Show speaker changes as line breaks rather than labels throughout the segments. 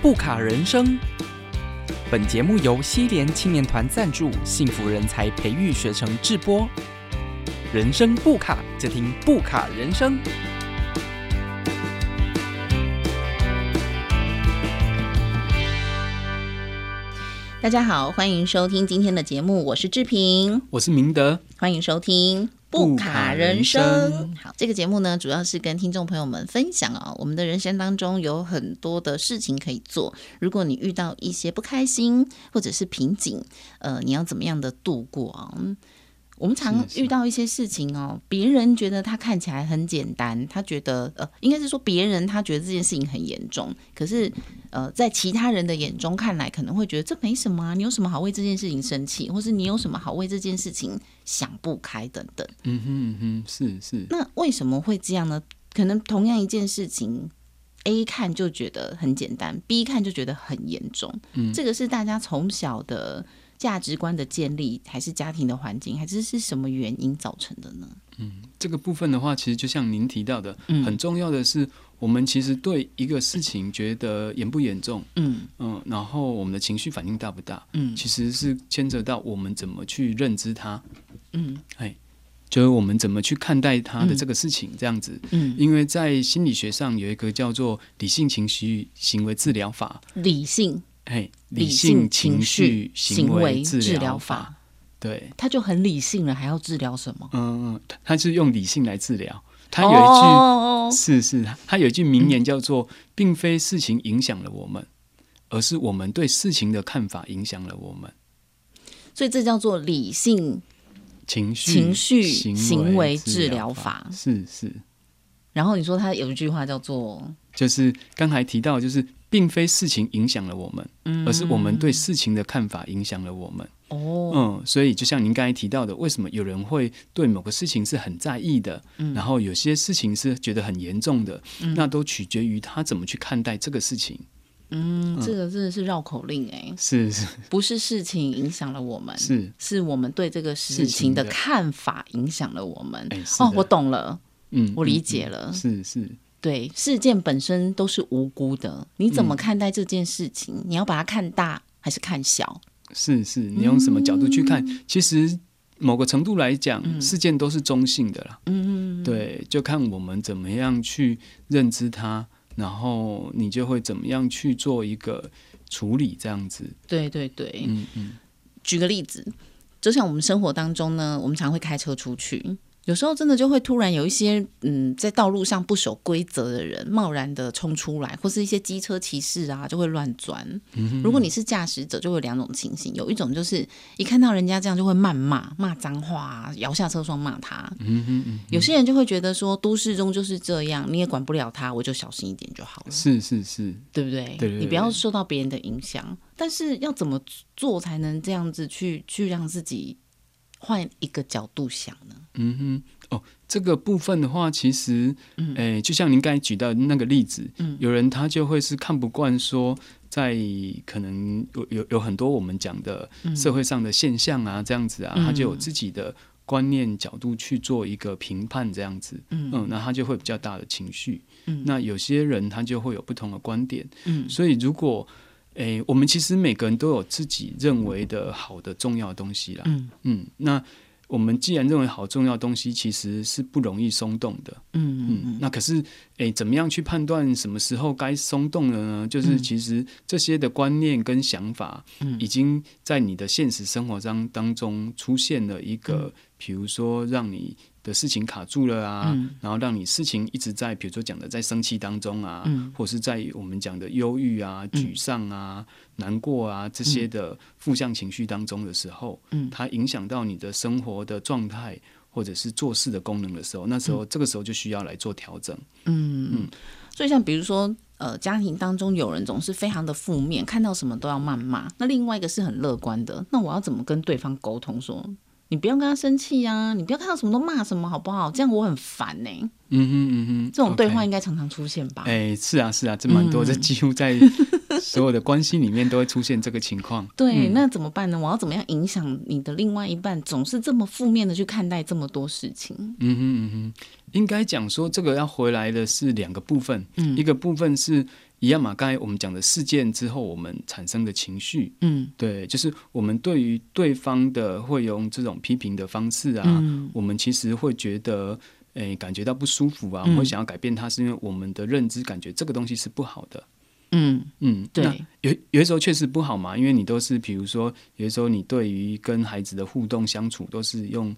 不卡人生。本节目由西联青年团赞助，幸福人才培育学程制播。人生不卡，就听不卡人生。
大家好，欢迎收听今天的节目，我是志平，
我是明德，
欢迎收听。不卡人生，好，这个节目呢，主要是跟听众朋友们分享哦，我们的人生当中有很多的事情可以做。如果你遇到一些不开心或者是瓶颈，呃，你要怎么样的度过啊？嗯我们常
是是
遇到一些事情哦，别人觉得他看起来很简单，他觉得呃，应该是说别人他觉得这件事情很严重，可是呃，在其他人的眼中看来，可能会觉得这没什么啊，你有什么好为这件事情生气，或是你有什么好为这件事情想不开等等。
嗯哼嗯哼，是是，
那为什么会这样呢？可能同样一件事情，A 看就觉得很简单，B 看就觉得很严重。
嗯
这个是大家从小的价值观的建立，还是家庭的环境，还是是什么原因造成的呢？
这个部分的话，其实就像您提到的，
嗯
很重要的是，我们其实对一个事情觉得严不严重，
嗯
嗯，然后我们的情绪反应大不大，
嗯
其实是牵扯到我们怎么去认知它，
嗯
就是我们怎么去看待它的
嗯
这个事情，这样子。
嗯，
因为在心理学上有一个叫做理性情绪行为治疗法，
理性
嘿，
理
性
性
情
情
绪
绪
行
行
为
为
治
治
疗
疗
法
法，，
对，
他就很理性了，还要治疗什么？
嗯，它它是用理性来治疗。它有一句、
哦嗯哦
是是，它有一句名言叫做，并非事情影响了我们，而是我们对事情的看法影响了我们。
哦所以这叫做理性
情绪
情绪
行
行为
治
治
疗
疗
法
法
是是，
然后你说他有一句话叫做，
就是刚才提到，就是并非事情影响了我们，
嗯
而是我们对事情的看法影响了我们。
哦，
嗯，所以就像您刚才提到的，为什么有人会对某个事情是很在意的，
嗯
然后有些事情是觉得很严重的，那都取决于他怎么去看待这个事情。
嗯，这个真的是绕口令哎、
是是
不是事情影响了我们，
是，
是我们对这个事
事情
情
的
的看法影响了我们。
哎是
哦，
的
我懂了，
嗯，
我理
嗯
解了。
是是，
对，事件本身都是无辜的，你怎
嗯
么看待这件事情？你要把它看大还是看小？
是是，你用什么角度去看？其实某个程度来讲，事件都是中性的啦。嗯，对，就看我们怎么样去认知它，然后你就会怎么样去做一个处理，这样子。
对对对，
嗯嗯，
举个例子，就像我们生活当中呢，我们常会开车出去，有时候真的就会突然有一些嗯，在道路上不守规则的人贸然的冲出来，或是一些机车骑士啊，就会乱钻。
嗯
如果你是驾驶者，就会有两种情形，有一种就是一看到人家这样就会谩骂、骂脏话、啊，摇下车窗骂他。
嗯
有些人就会觉得说，都市中就是这样，你也管不了他，我就小心一点就好了。
是是是，
对不对？
对对对
你不要受到别人的影响，但是要怎么做才能这样子去去让自己换一个角度想呢？
嗯哼，哦，这个部分的话，其实，诶、就像您刚才举到的那个例子，有人他就会是看不惯说，在可能有有有很多我们讲的嗯
嗯
社会上的现象啊，这样子啊，他就有自己的观念角度去做一个评判，这样子，嗯那他就会比较大的情绪，嗯，那有些人他就会有不同的观点，
嗯
所以如果诶、我们其实每个人都有自己认为的好的重要的东西啦，
嗯
嗯，那我们既然认为好重要的东西，其实是不容易松动的。
嗯
嗯，那可是，诶、怎么样去判断什么时候该松动了呢？就是其实这些的观念跟想法，已经在你的现实生活当当中出现了一个，比如说让你的事情卡住了啊，然后让你事情一直在，比如说讲的在生气当中啊，或是在我们讲的忧郁啊、沮丧啊、难过啊这些的负向情绪当中的时候，
嗯
它影响到你的生活的状态。或者是做事的功能的时候，那时候、这个时候就需要来做调整。
嗯，所以像比如说。呃，家庭当中有人总是非常的负面，看到什么都要谩骂。那另外一个是很乐观的，那我要怎么跟对方沟通说？你不要跟他生气啊，你不要看到什么都骂什么，好不好？这样我很烦呢、欸
嗯哼嗯哼，
这种对话嗯
OK
应该常常出现吧？
哎、是啊是啊，这蛮多，这几乎在所有的关系里面都会出现这个情况。
对，那怎么办呢？我要怎么样影响你的另外一半？总是这么负面的去看待这么多事情。
嗯哼嗯哼，应该讲说这个要回来的是两个部分，
嗯
一个部分是一样嘛，刚才我们讲的事件之后我们产生的情绪，
嗯
对，就是我们对于对方的会用这种批评的方式啊，
嗯
我们其实会觉得。诶、感觉到不舒服啊，
嗯
我会想要改变它，是因为我们的认知感觉这个东西是不好的。
嗯，
嗯，那
对，
有有的时候确实不好嘛，因为你都是比如说，有的时候你对于跟孩子的互动相处都是用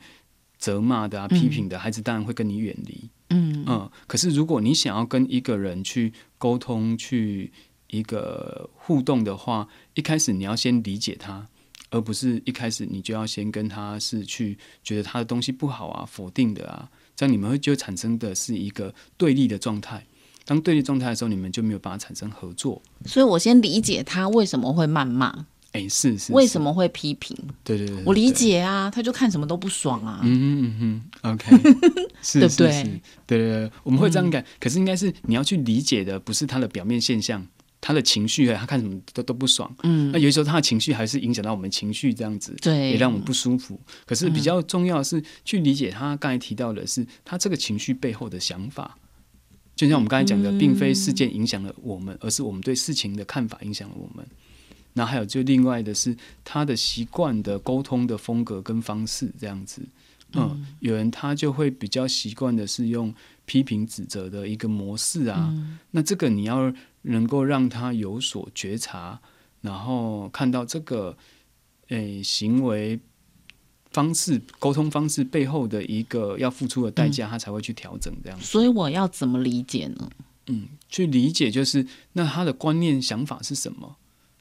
责骂的啊、
嗯
批评的，孩子当然会跟你远离。
嗯
嗯，可是如果你想要跟一个人去沟通、去一个互动的话，一开始你要先理解他，而不是一开始你就要先跟他是去觉得他的东西不好啊、否定的啊，这样你们会就产生的是一个对立的状态。当对立状态的时候，你们就没有办法产生合作。
所以我先理解他为什么会谩骂，
哎、是是是，
为什么会批评，
对？对对对，
我理
对。
解啊，他就看什么都不爽啊。
嗯哼嗯哼，OK，是
对不
是
对嗯
是对对对，我们会这样感，可是应该是你要去理解的，不是他的表面现象，他的情绪，他看什么都都不爽。
嗯
那有的时候他的情绪还是影响到我们情绪，这样子
对，
也让我们不舒服。可是比较重要的是去理解他刚才提到的是他这个情绪背后的想法。就像我们刚才讲的，并非事件影响了我们，而是我们对事情的看法影响了我们。然后还有就另外的是他的习惯的沟通的风格跟方式这样子。嗯，有人他就会比较习惯的是用批评指责的一个模式啊。
嗯
那这个你要能够让他有所觉察，然后看到这个诶、行为方式、沟通方式背后的一个要付出的代
嗯
价，他才会去调整这样子。
所以我要怎么理解呢？
嗯，去理解就是那他的观念想法是什么？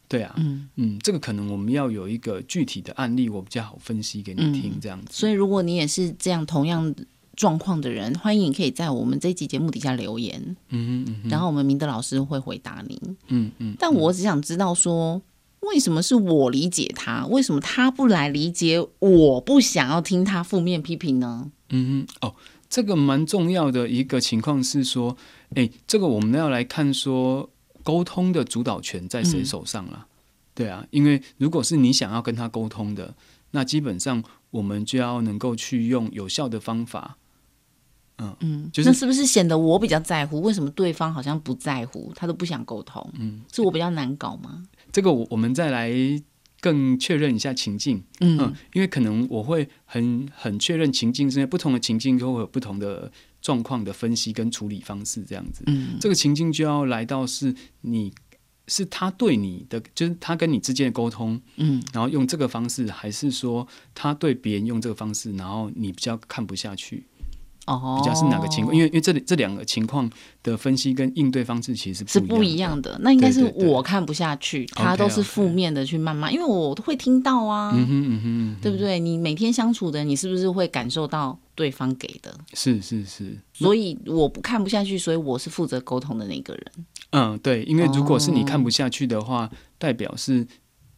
对啊，
嗯，
嗯，这个可能我们要有一个具体的案例，我比较好分析给你听，这样子。
嗯所以如果你也是这样同样状况的人，欢迎你可以在我们这一集节目底下留言，
嗯嗯嗯
然后我们明德老师会回答你。
嗯嗯，
但我只想知道说，为什么是我理解他，为什么他不来理解我不想要听他负面批评呢？
嗯哼，哦，这个蛮重要的一个情况是说，哎，这个我们要来看说沟通的主导权在谁手上啦。对啊，因为如果是你想要跟他沟通的，那基本上我们就要能够去用有效的方法。嗯嗯，就是
那是不是显得我比较在乎？为什么对方好像不在乎，他都不想沟通？嗯，是我比较难搞吗？
这个我我们再来更确认一下情境，
嗯
嗯，因为可能我会很很确认情境，是因为不同的情境就会有不同的状况的分析跟处理方式，这样子，
嗯，
这个情境就要来到是你是他对你的，就是他跟你之间的沟通，
嗯
然后用这个方式，还是说他对别人用这个方式，然后你比较看不下去，
哦，
比较是哪个情况？因为因为这里这两个情况的分析跟应对方式其实
是
不
不
一
一
样的。
样的。那应该是
对对对
我看不下去，他
OK，
都是
OK
负面的去谩骂，因为我会听到啊，
嗯哼嗯哼嗯哼，
对不对？你每天相处的，你是不是会感受到对方给的？
是是是，
所以我不看不下去，所以我是负责沟通的那个人。
嗯，对，因为如果是你
哦
看不下去的话，代表是，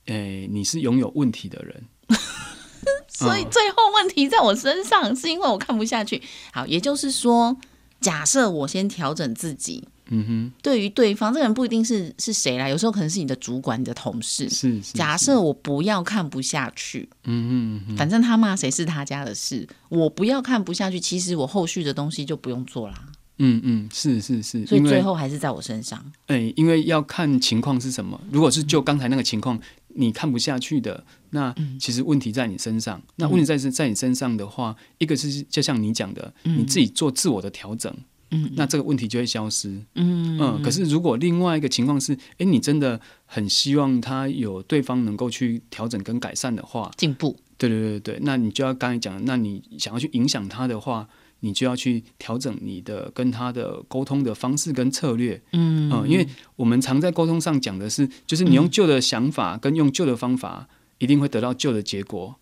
诶、你是拥有问题的人。
所以
嗯
最后问题在我身上，是因为我看不下去。好，也就是说，假设我先调整自己，
嗯
对于对方这个人不一定是是谁啦，有时候可能是你的主管、你的同事
哼，。是是。
假
是，
设我不要看不下去，
嗯哼嗯
反正他骂谁是他家的事，我不要看不下去，其实我后续的东西就不用做啦。
嗯嗯，是是是，
所以
因为
最后还是在我身上。
哎、因为要看情况是什么。如果是就刚才那个情况，你看不下去的，那
嗯
其实问题在你身上。那问题在是在你身上的话，一个是就像你讲的，你自己做自我的调整，
嗯，
那这个问题就会消失。
嗯
嗯，可是如果另外一个情况是，哎、你真的很希望他有对方能够去调整跟改善的话，
进步，
对对对对，那你就要刚才讲的，那你想要去影响他的话，你就要去调整你的跟他的沟通的方式跟策略。
嗯
嗯，因为我们常在沟通上讲的是，就是你用旧的想法跟用旧的方法，一定会得到旧的结果。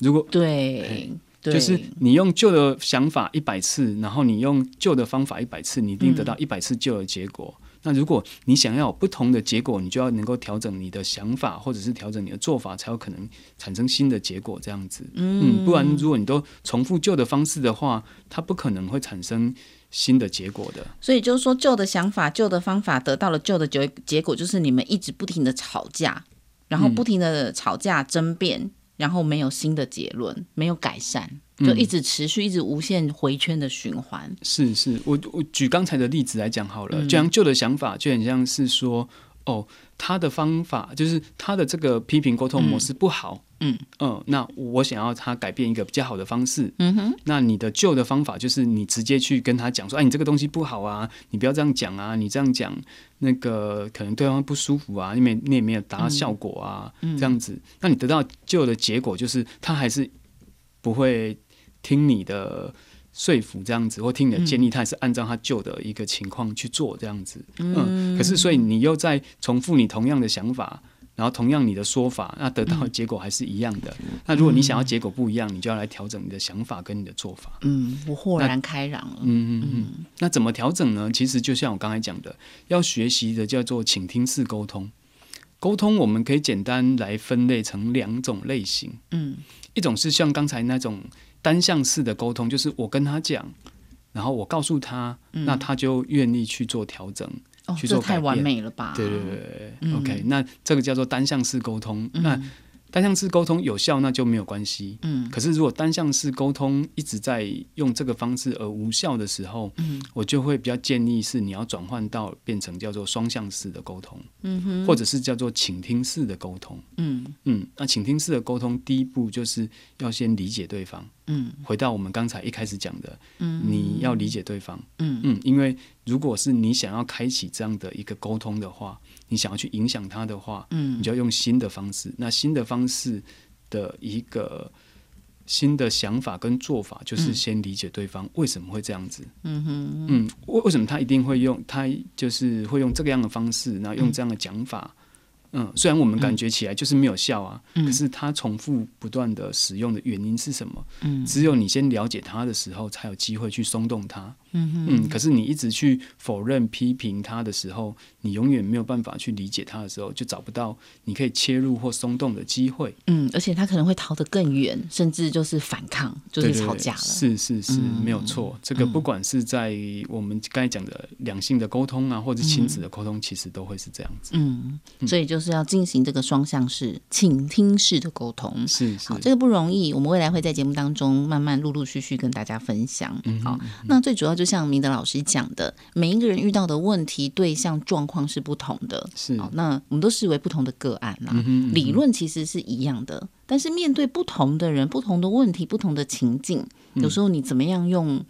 如果
对
嘿，
对
哎就是你用旧的想法一百次，然后你用旧的方法一百次，你一定
嗯
得到一百次旧的结果。那如果你想要有不同的结果，你就要能够调整你的想法，或者是调整你的做法，才有可能产生新的结果。这嗯样子，嗯，不然如果你都重复旧的方式的话，它不可能会产生新的结果的。
所以就是说，旧的想法、旧的方法得到了旧的结结果，就是你们一直不停的吵架，然后不停的吵架、争辩，然后没有新的结论，没有改善，
嗯
就一直持续，一直无限回圈的循环。
是是，我我举刚才的例子来讲好了，就像旧的想法，就很像是说，哦，他的方法就是他的这个批评沟通模式不好，
嗯
嗯，那我想要他改变一个比较好的方式，嗯哼，那你的旧的方法就是你直接去跟他讲说，哎，你这个东西不好啊，你不要这样讲啊，你这样讲那个可能对方不舒服啊，因为你也没有达到效果啊，这样子，那你得到旧的结果就是他还是不会听你的说服这样子，或听你的建议，他还是按照他旧的一个情况去做这样子。嗯，可是所以你又在重复你同样的想法，然后同样你的说法，那得到的结果还是一样的。那如果你想要结果不一样，你就要来调整你的想法跟你的做法。
嗯，我豁然开朗了。
嗯嗯嗯。那怎么调整呢？其实就像我刚才讲的，要学习的叫做倾听式沟通。沟通我们可以简单来分类成两种类型。
嗯
一种是像刚才那种单向式的沟通，就是我跟他讲，然后我告诉他，那他就愿意去做调整。
哦，
嗯去
这
做
太
改
完
变
美了吧？
对对对对、o k 那这个叫做单向式沟通。那单向式沟通有效，那就没有关系。
嗯，
可是如果单向式沟通一直在用这个方式而无效的时候，嗯，我就会比较建议是你要转换到变成叫做双向式的沟通，嗯哼，或者是叫做倾听式的沟通。
嗯
嗯，那倾听式的沟通，第一步就是要先理解对方。
嗯，
回到我们刚才一开始讲的，嗯，你要理解对方。
嗯
嗯，因为如果是你想要开启这样的一个沟通的话，你想要去影响他的话，
嗯
你就要用新的方式。那新的方式的一个新的想法跟做法，就是先理解对方为什么会这样子。
嗯哼，
嗯，为为什么他一定会用他就是会用这个样的方式，然后用这样的讲法？嗯，虽然我们感觉起来就是没有效啊，
嗯
可是他重复不断的使用的原因是什么？
嗯
只有你先了解他的时候，才有机会去松动他。
嗯哼，
嗯，可是你一直去否认、批评他的时候，你永远没有办法去理解他的时候，就找不到你可以切入或松动的机会。
嗯，而且他可能会逃得更远，甚至就是反抗，就是
对对对嗯
吵架了。
是是是，没有错。这个不管是在我们刚才讲的两性的沟通啊，或者亲子的沟通，其实都会是这样子。
嗯，所以就是要进行这个双向式、倾听式的沟通。
是是
好，，这个不容易，我们未来会在节目当中慢慢陆陆续续跟大家分享。
嗯
好，那最主要就像明德老师讲的，每一个人遇到的问题、对象、状况是不同的。
是嗯
好，那我们都视为不同的个案啦。理论其实是一样的，但是面对不同的人、不同的问题、不同的情境，
嗯
有时候你怎么样用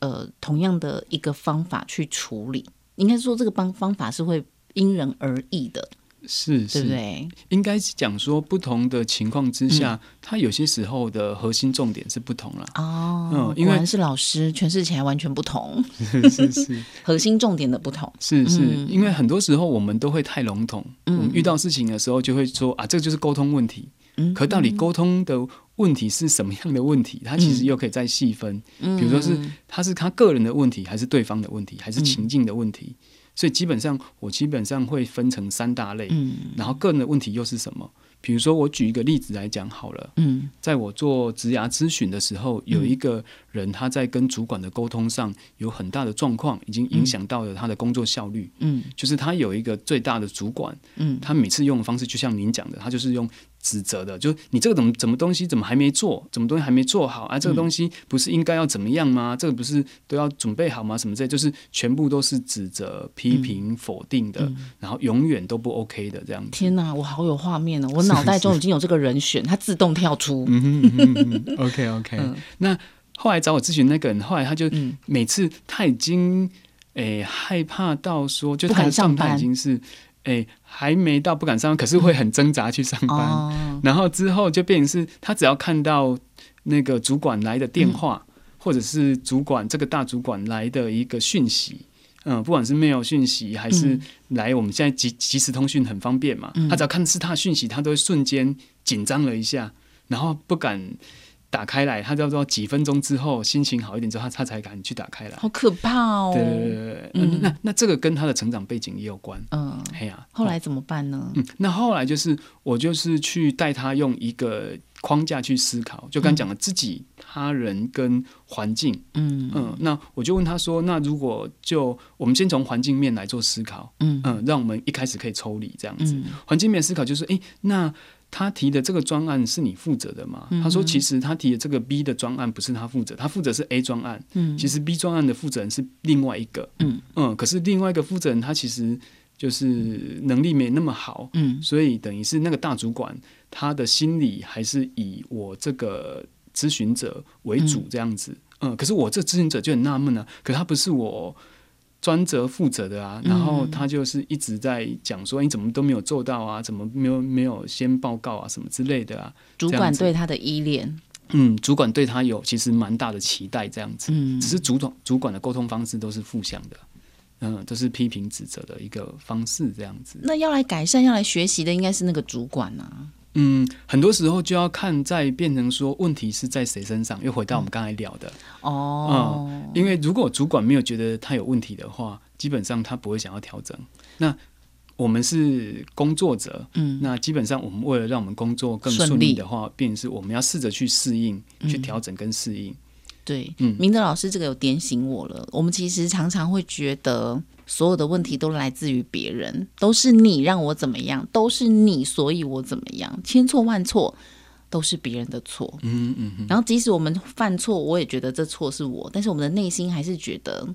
呃同样的一个方法去处理，应该说这个方方法是会因人而异的，
是
对不
是，
对？
应该是讲说不同的情况之下，
嗯
它有些时候的核心重点是不同啦。
哦，
嗯因为
果然是老师诠释起来完全不同，
是是
核心重点的不同。
是是
嗯，
因为很多时候我们都会太笼统，我们遇到事情的时候就会说啊，这个就是沟通问题。
嗯
可到底沟通的问题是什么样的问题？它其实又可以再细分，
嗯嗯
比如说是他是他个人的问题，还是对方的问题，还是情境的问题？所以基本上我基本上会分成三大类，
嗯
然后个人的问题又是什么？比如说我举一个例子来讲好了，
嗯
在我做职涯咨询的时候，有一个人他在跟主管的沟通上有很大的状况，已经影响到了他的工作效率。
嗯
就是他有一个最大的主管，
嗯
他每次用的方式就像您讲的，他就是用指责的，就是你这个怎么怎么东西怎么还没做，怎么东西还没做好啊？这个东西不是应该要怎么样吗？这个不是都要准备好吗？什么之类，就是全部都是指责、批评、否定的，然后永远都不 OK 的这样子。
天哪，我好有画面哦！我脑袋中已经有这个人选，他自动跳出。
嗯 OK OK，、那后来找我咨询那个人，后来他就
嗯
每次他已经诶、害怕到说，就
不
他
敢
的
上
状
班
态已经是诶、还没到不敢上班，可是会很挣扎去上班。
哦，
然后之后就变成是他只要看到那个主管来的电话，或者是主管这个大主管来的一个讯息，嗯，不管是 mail 讯息还是来我们现在即即时通讯很方便嘛，他只要看是他的讯息，他都会瞬间紧张了一下，然后不敢。打开来，他叫做几分钟之后心情好一点之后，他他才敢去打开来。
好可怕哦。
对对对对对，嗯、那那这个跟他的成长背景也有关。
嗯，
嘿呀、
后来怎么办呢？
嗯，那后来就是我就是去带他用一个框架去思考。就刚讲了，自己、他人跟环境，
嗯
嗯，那我就问他说，那如果就我们先从环境面来做思考，
嗯
嗯，让我们一开始可以抽离这样子。
嗯
环境面思考就是，诶，那他提的这个专案是你负责的吗？
嗯
他说，其实他提的这个 B 的专案不是他负责，他负责是 A 专案，
嗯
其实 B 专案的负责人是另外一个，
嗯
可是另外一个负责人他其实就是能力没那么好，
嗯
所以等于是那个大主管他的心理还是以我这个咨询者为主这样子。嗯、可是我这咨询者就很纳闷啊，可他不是我专责负责的啊，然后他就是一直在讲说你怎么都没有做到啊，怎么没有没有先报告啊，什么之类的啊。
主
这样
管
子
对他的依恋，
嗯，主管对他有其实蛮大的期待这样子，
嗯
只是主管主管的沟通方式都是负向的。嗯，都是批评指责的一个方式，这样子。
那要来改善、要来学习的应该是那个主管啊。
嗯，很多时候就要看在变成说问题是在谁身上，又回到我们刚才聊的，嗯
哦，
因为如果主管没有觉得他有问题的话，基本上他不会想要调整。那我们是工作者，
嗯
那基本上我们为了让我们工作更顺
顺利嗯
利的话，便是我们要试着去适应、去调整跟适应。
对，
嗯
明德老师这个有点醒我了。我们其实常常会觉得所有的问题都来自于别人，都是你让我怎么样，都是你，所以我怎么样，千错万错都是别人的错。
嗯嗯嗯，
然后即使我们犯错，我也觉得这错是我，但是我们的内心还是觉得，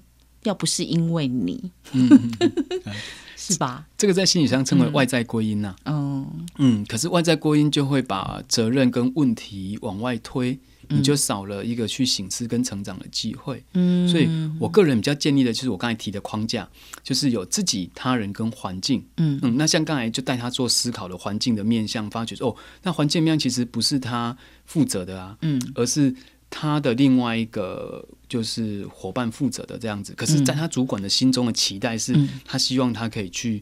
要不是因为你，
嗯
是吧？
这个在心理上称为外在归因呐、啊
嗯
嗯，可是外在归因就会把责任跟问题往外推，你就少了一个去醒思跟成长的机会。
嗯，
所以我个人比较建立的就是我刚才提的框架，就是有自己、他人跟环境。
嗯
嗯，那像刚才就带他做思考的环境的面向，发觉说哦，那环境面向其实不是他负责的啊，
嗯，
而是他的另外一个就是伙伴负责的这样子。可
嗯
是，在他主管的心中的期待是，他希望他可以去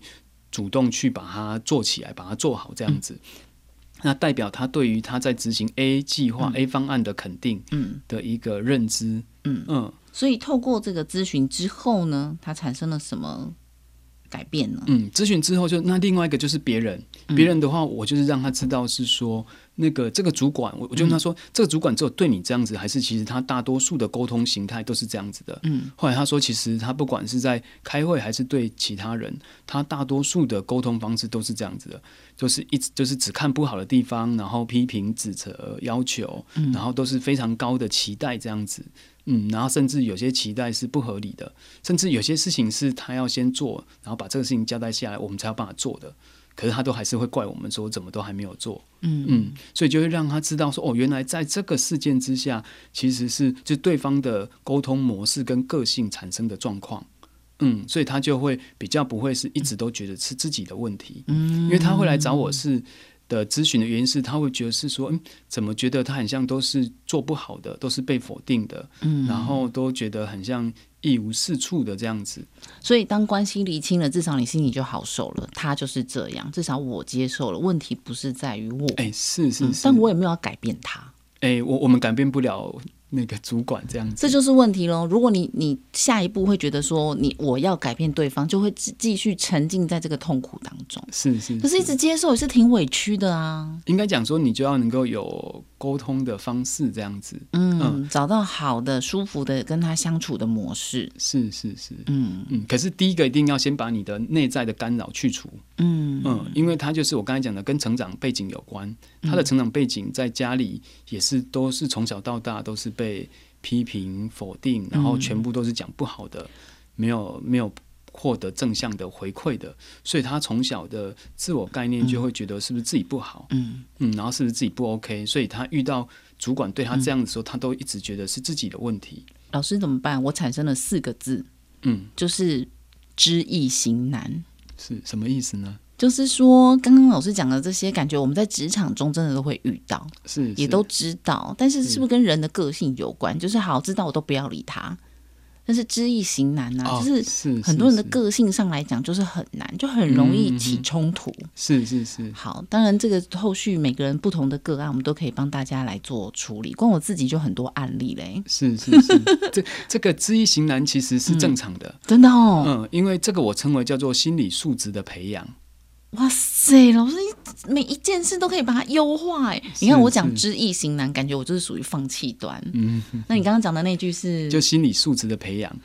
主动去把它做起来，把它做好这样子。
嗯
那代表他对于他在执行 A 计划、A 方案的肯定，
嗯
的一个认知，
嗯
嗯
所以透过这个咨询之后呢，它产生了什么改变呢？
嗯，咨询之后就那另外一个就是别人，别人的话我就是让他知道是说那个这个主管，我我就问他说、这个主管只有对你这样子，还是其实他大多数的沟通形态都是这样子的。
嗯，
后来他说，其实他不管是在开会还是对其他人，他大多数的沟通方式都是这样子的，就是一直就是只看不好的地方，然后批评、指责、要求，然后都是非常高的期待这样子。嗯，然后甚至有些期待是不合理的，甚至有些事情是他要先做，然后把这个事情交代下来，我们才有办法做的。可是他都还是会怪我们说怎么都还没有做，
嗯
嗯，所以就会让他知道说哦，原来在这个事件之下，其实是就对方的沟通模式跟个性产生的状况，嗯，所以他就会比较不会是一直都觉得是自己的问题，嗯，因为他会来找我是的咨询的原因是他会觉得是说，嗯，怎么觉得他很像都是做不好的，都是被否定的，嗯，然后都觉得很像一无是处的这样子，
所以当关系厘清了，至少你心里就好受了。他就是这样，至少我接受了。问题不是在于我，
哎、是是
嗯
是，
但我也没有要改变他，
哎、我我们改变不了那个主管这样子，
这就是问题喽。如果你你下一步会觉得说你我要改变对方，就会继继续沉浸在这个痛苦当中。
是是，
嗯可是，一直接受也是挺委屈的啊。
应该讲说，你就要能够有沟通的方式，这样子。
嗯，找到好的、舒服的跟他相处的模式。
是是是，
嗯
嗯。可是第一个一定要先把你的内在的干扰去除，
嗯
嗯，因为它就是我刚才讲的，跟成长背景有关。
嗯
他的成长背景在家里也是都是从小到大都是被批评否定，然后全部都是讲不好的，没有没有获得正向的回馈的，所以他从小的自我概念就会觉得是不是自己不好，
嗯
嗯，然后是不是自己不 OK，所以他遇到主管对他这样的时候，他都一直觉得是自己的问题。
老师怎么办？我产生了四个字，
嗯，
就是知易行难。
是什么意思呢？
就是说，刚刚老师讲的这些，感觉我们在职场中真的都会遇到，
是
也
是
都知道，但是是不是跟人的个性有关？就是好知道我都不要理他，但是知易行难呐、
哦
啊就是
是
很多人的
是
个性上来讲就是很难，就很容易起冲突。
是是是
好，当然这个后续每个人不同的个案，我们都可以帮大家来做处理。光我自己就很多案例嘞，
是是是，这这个知易行难其实是正常的。
真的哦，
嗯，因为这个我称为叫做心理素质的培养。
哇塞，老师你每一件事都可以把它优化、哎，你看我讲
是
知易行难，感觉我就是属于放弃端。
嗯，
那你刚刚讲的那句是，
就心理素质的培养，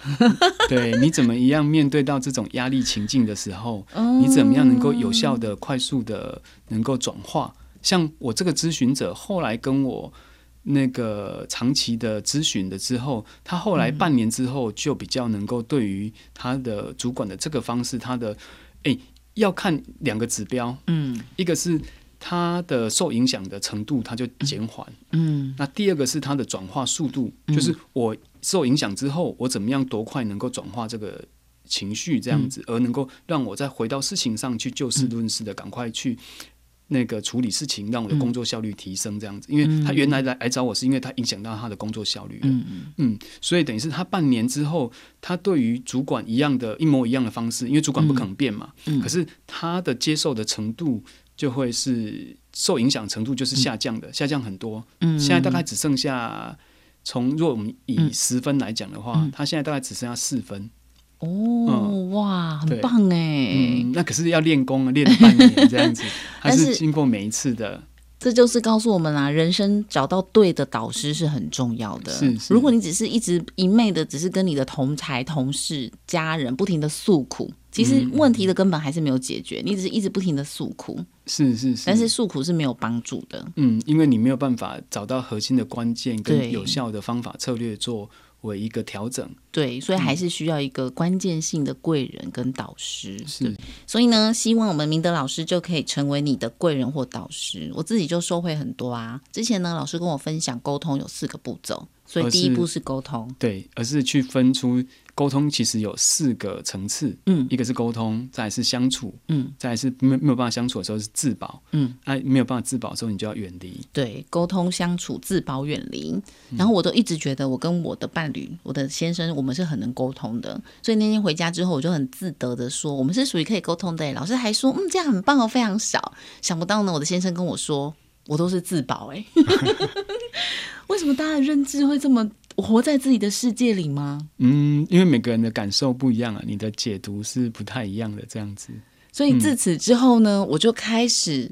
对你怎么一样面对到这种压力情境的时候，你怎么样能够有效的、快速的能够转化？像我这个咨询者后来跟我那个长期的咨询了之后，他后来半年之后就比较能够对于他的主管的这个方式，他的诶要看两个指标，
嗯
一个是他的受影响的程度，他就减缓。
嗯
那第二个是它的转化速度，就是我受影响之后，我怎么样多快能够转化这个情绪，这样子，
嗯
而能够让我再回到事情上去就事论事的赶快去。那个处理事情，让我的工作效率提升，这样子，因为他原来来来找我是因为他影响到他的工作效率了，
嗯
嗯，所以等于是他半年之后，他对于主管一样的一模一样的方式，因为主管不可能变嘛，
嗯
可是他的接受的程度就会是受影响程度就是下降的，下降很多。
嗯，
现在大概只剩下从若我们以
嗯
十分来讲的话，他现在大概只剩下四分。
哦、
嗯
哇，很
对
棒哎、
嗯，那可是要练功啊，练了半年这 样子，还
但是
是经过每一次的
这就是告诉我们啦、人生找到对的导师是很重要的。
是是
如果你只是一直一昧的，只是跟你的同才、同事、家人不停的诉苦，其实
嗯
问题的根本还是没有解决，你只是一直不停的诉苦，
是是是，
但是诉苦是没有帮助的。
嗯，因为你没有办法找到核心的关键跟
对
有效的方法策略作为一个调整，
对，所以
嗯
还是需要一个关键性的贵人跟导师。
是
所以呢，希望我们明德老师就可以成为你的贵人或导师。我自己就收获很多啊。之前呢，老师跟我分享沟通有四个步骤，所以
哦而是
第一步是沟通，
对，而是去分出沟通其实有四个层次，
嗯
一个是沟通，再来是相处，
嗯，
再来是没没有办法相处的时候是自保，
嗯，
那、没有办法自保的时候你就要远离，
对，沟通、相处、自保、远离。然后我都一直觉得我跟我的伴侣、我的先生，我们是很能沟通的。所以那天回家之后，我就很自得的说，我们是属于可以沟通的耶。老师还说，嗯，这样很棒哦，非常少。想不到呢，我的先生跟我说，我都是自保哎。为什么大家的认知会这么？我活在自己的世界里吗？
嗯，因为每个人的感受不一样啊，你的解读是不太一样的，这样子，
所以
嗯
自此之后呢，我就开始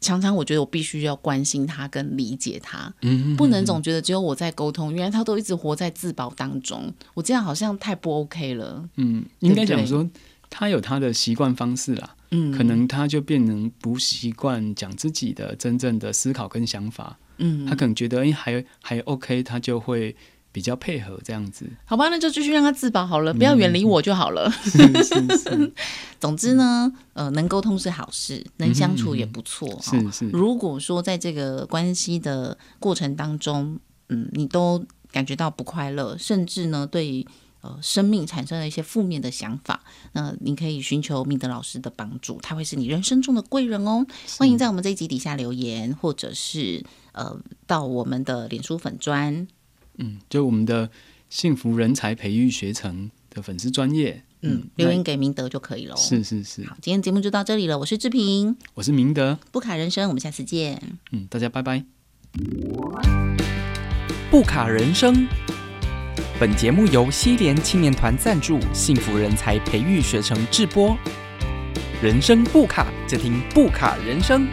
常常我觉得我必须要关心他跟理解他，
嗯，
不能总觉得只有我在沟通，原来他都一直活在自保当中，我这样好像太不 OK 了。
嗯，应该
对
讲说他有他的习惯方式啦，
嗯，
可能他就变成不习惯讲自己的真正的思考跟想法，他
嗯，
可能觉得哎还还 OK，他就会比较配合这样子，
好吧，那就继续让他自保
嗯
好了，不要远离我就好了。
是是是
总之呢，呃，能沟通是好事，能相处也不错。哦
嗯是是，
如果说在这个关系的过程当中，嗯，你都感觉到不快乐，甚至呢对呃生命产生了一些负面的想法，那你可以寻求明德老师的帮助，他会是你人生中的贵人哦。欢迎在我们这一集底下留言，或者是呃到我们的脸书粉砖。
嗯，就我们的幸福人才培育学程的粉丝专业，
嗯，
那
留言给明德就可以了。，哦
是是是，
好，今天节目就到这里了。我是志平，
我是明德，
不卡人生，我们下次见。
嗯，大家拜拜。
不卡人生。本节目由西联青年团赞助，幸福人才培育学程制播。人生不卡，就听不卡人生。